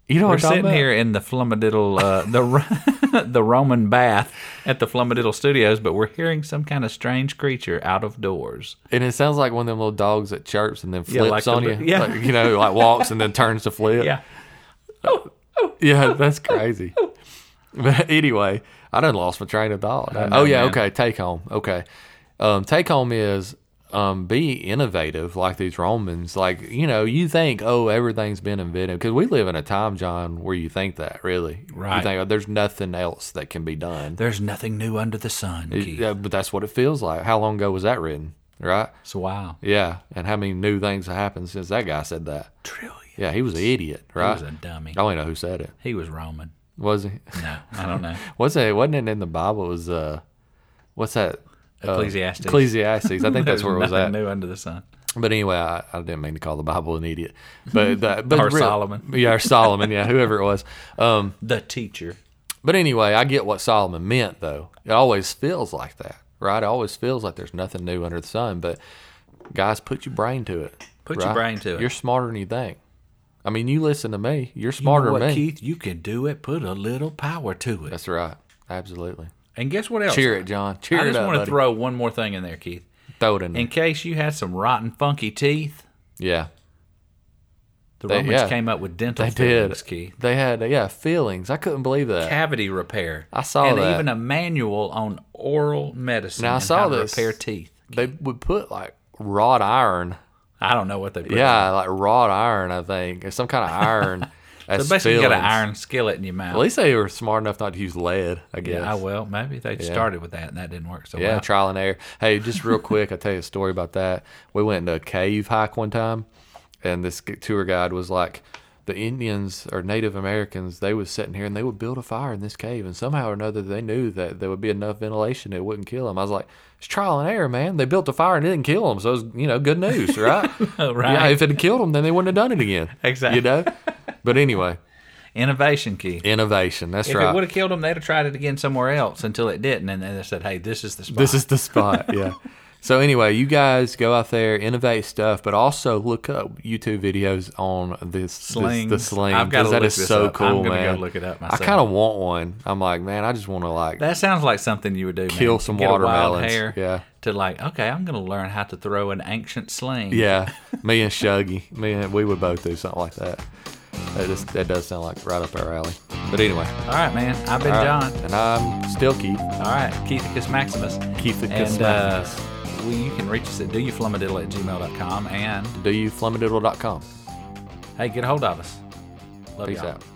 S3: You know
S2: We're
S3: what I'm talking
S2: sitting
S3: about?
S2: here in the Flumadiddle, uh, the Ro- the Roman bath at the Flumadiddle Studios, but we're hearing some kind of strange creature out of doors.
S3: and it sounds like one of them little dogs that chirps and then flips
S2: like the
S3: on
S2: li-
S3: you.
S2: yeah.
S3: Like, you know, like walks and then turns to flip. yeah, that's crazy. But anyway, I done lost my train of thought.
S2: know,
S3: oh yeah,
S2: man.
S3: okay. Take home, okay. Um, take home is um, be innovative like these Romans. Like you know, you think oh everything's been invented because we live in a time, John, where you think that really.
S2: Right.
S3: You think oh, there's nothing else that can be done.
S2: There's nothing new under the sun, Keith.
S3: Yeah, but that's what it feels like. How long ago was that written? Right.
S2: So wow,
S3: Yeah, and how many new things have happened since that guy said that?
S2: trillion.
S3: Yeah, he was an idiot,
S2: He
S3: right?
S2: was a dummy.
S3: I don't even know who said it.
S2: He was Roman.
S3: Was he?
S2: No, I don't know.
S3: Was it? Wasn't it in the Bible? It was uh, what's that? Uh,
S2: Ecclesiastes.
S3: Ecclesiastes. I think that's
S2: There's
S3: where it was
S2: nothing
S3: at.
S2: new under the sun.
S3: But anyway, I, I didn't mean to call the Bible an idiot, but the, but
S2: Or
S3: real-
S2: Solomon.
S3: Yeah, or Solomon. Yeah, whoever it was. Um,
S2: The teacher.
S3: but anyway, I get what Solomon meant, though. It always feels like that, right? It always feels like there's nothing new under the sun. But guys, put your brain to it.
S2: Put your
S3: right?
S2: brain to it.
S3: You're smarter than you think. I mean, you listen to me. You're
S2: You know
S3: smarter
S2: what,
S3: than me.
S2: Keith? You can do it. Put a little power to it.
S3: That's right. Absolutely.
S2: And guess what else?
S3: Cheer it, John. Cheer
S2: I
S3: it
S2: just
S3: up,
S2: want to
S3: buddy.
S2: throw one more thing in there, Keith.
S3: Throw it in. there.
S2: In case you had some rotten, funky teeth,
S3: Yeah.
S2: the
S3: They-
S2: Romans
S3: yeah.
S2: came up with dental
S3: They
S2: fillings,
S3: did.
S2: Keith.
S3: They had yeah feelings. I couldn't believe that.
S2: Cavity repair.
S3: I saw
S2: and
S3: that.
S2: even a manual on oral medicine.
S3: Now, I
S2: and
S3: saw
S2: how to
S3: this.
S2: repair teeth.
S3: They would put like wrought iron.
S2: I don't know what they. Put
S3: Yeah, like wrought iron. I think or some kind of iron.
S2: in.
S3: as
S2: so basically, you got an
S3: fillings.
S2: iron skillet in your mouth.
S3: At least they were smart enough not to use lead. I guess.
S2: yeah, I will. Maybe they started with that and that didn't work so
S3: Yeah,
S2: well.
S3: trial and error. Hey, just real quick, I'll tell you a story about that. We went into a cave hike one time, and this g- tour guide was like, the Indians or Native Americans, they was sitting here and they would build a fire in this cave, and somehow or another they knew that there would be enough ventilation it wouldn't kill them. I was like, it's trial and error, man. They built a fire and it didn't kill them, so it's you know good news, right?
S2: Right.
S3: Yeah, if it had killed them, then they wouldn't have done it again.
S2: Exactly.
S3: You know. But anyway,
S2: Innovation, Keith.
S3: innovation. That's
S2: If
S3: right.
S2: it would have killed them, they'd have tried it again somewhere else until it didn't, and then they said, "Hey, this is the spot."
S3: This is the spot. Yeah. So anyway, you guys go out there, innovate stuff, but also look up YouTube videos on this
S2: Slings.
S3: This, the sling.
S2: I've gotta
S3: 'cause that
S2: look
S3: is
S2: this
S3: so
S2: up. I'm
S3: cool,
S2: gonna go
S3: man.
S2: look it up
S3: I
S2: myself.
S3: kind of want one. I'm like, man, I just want to like.
S2: That sounds like something you would do.
S3: Kill
S2: man.
S3: some
S2: Get a wild
S3: watermelons,
S2: hare
S3: yeah.
S2: To like, okay, I'm going to learn how to throw an ancient sling.
S3: yeah, me and Shuggy, me and we would both do something like that. That, just, that does sound like right up our alley. But anyway,
S2: All right, man. I've been
S3: all right.
S2: John.
S3: and I'm still Keith.
S2: All right, Keithicus Maximus.
S3: Keithicus
S2: and, uh, we, you can reach us at doyouflummadiddle at gmail.com. And
S3: Do you flumadiddle.com?
S2: hey, get a hold of us. Love
S3: Peace
S2: y'all.
S3: out.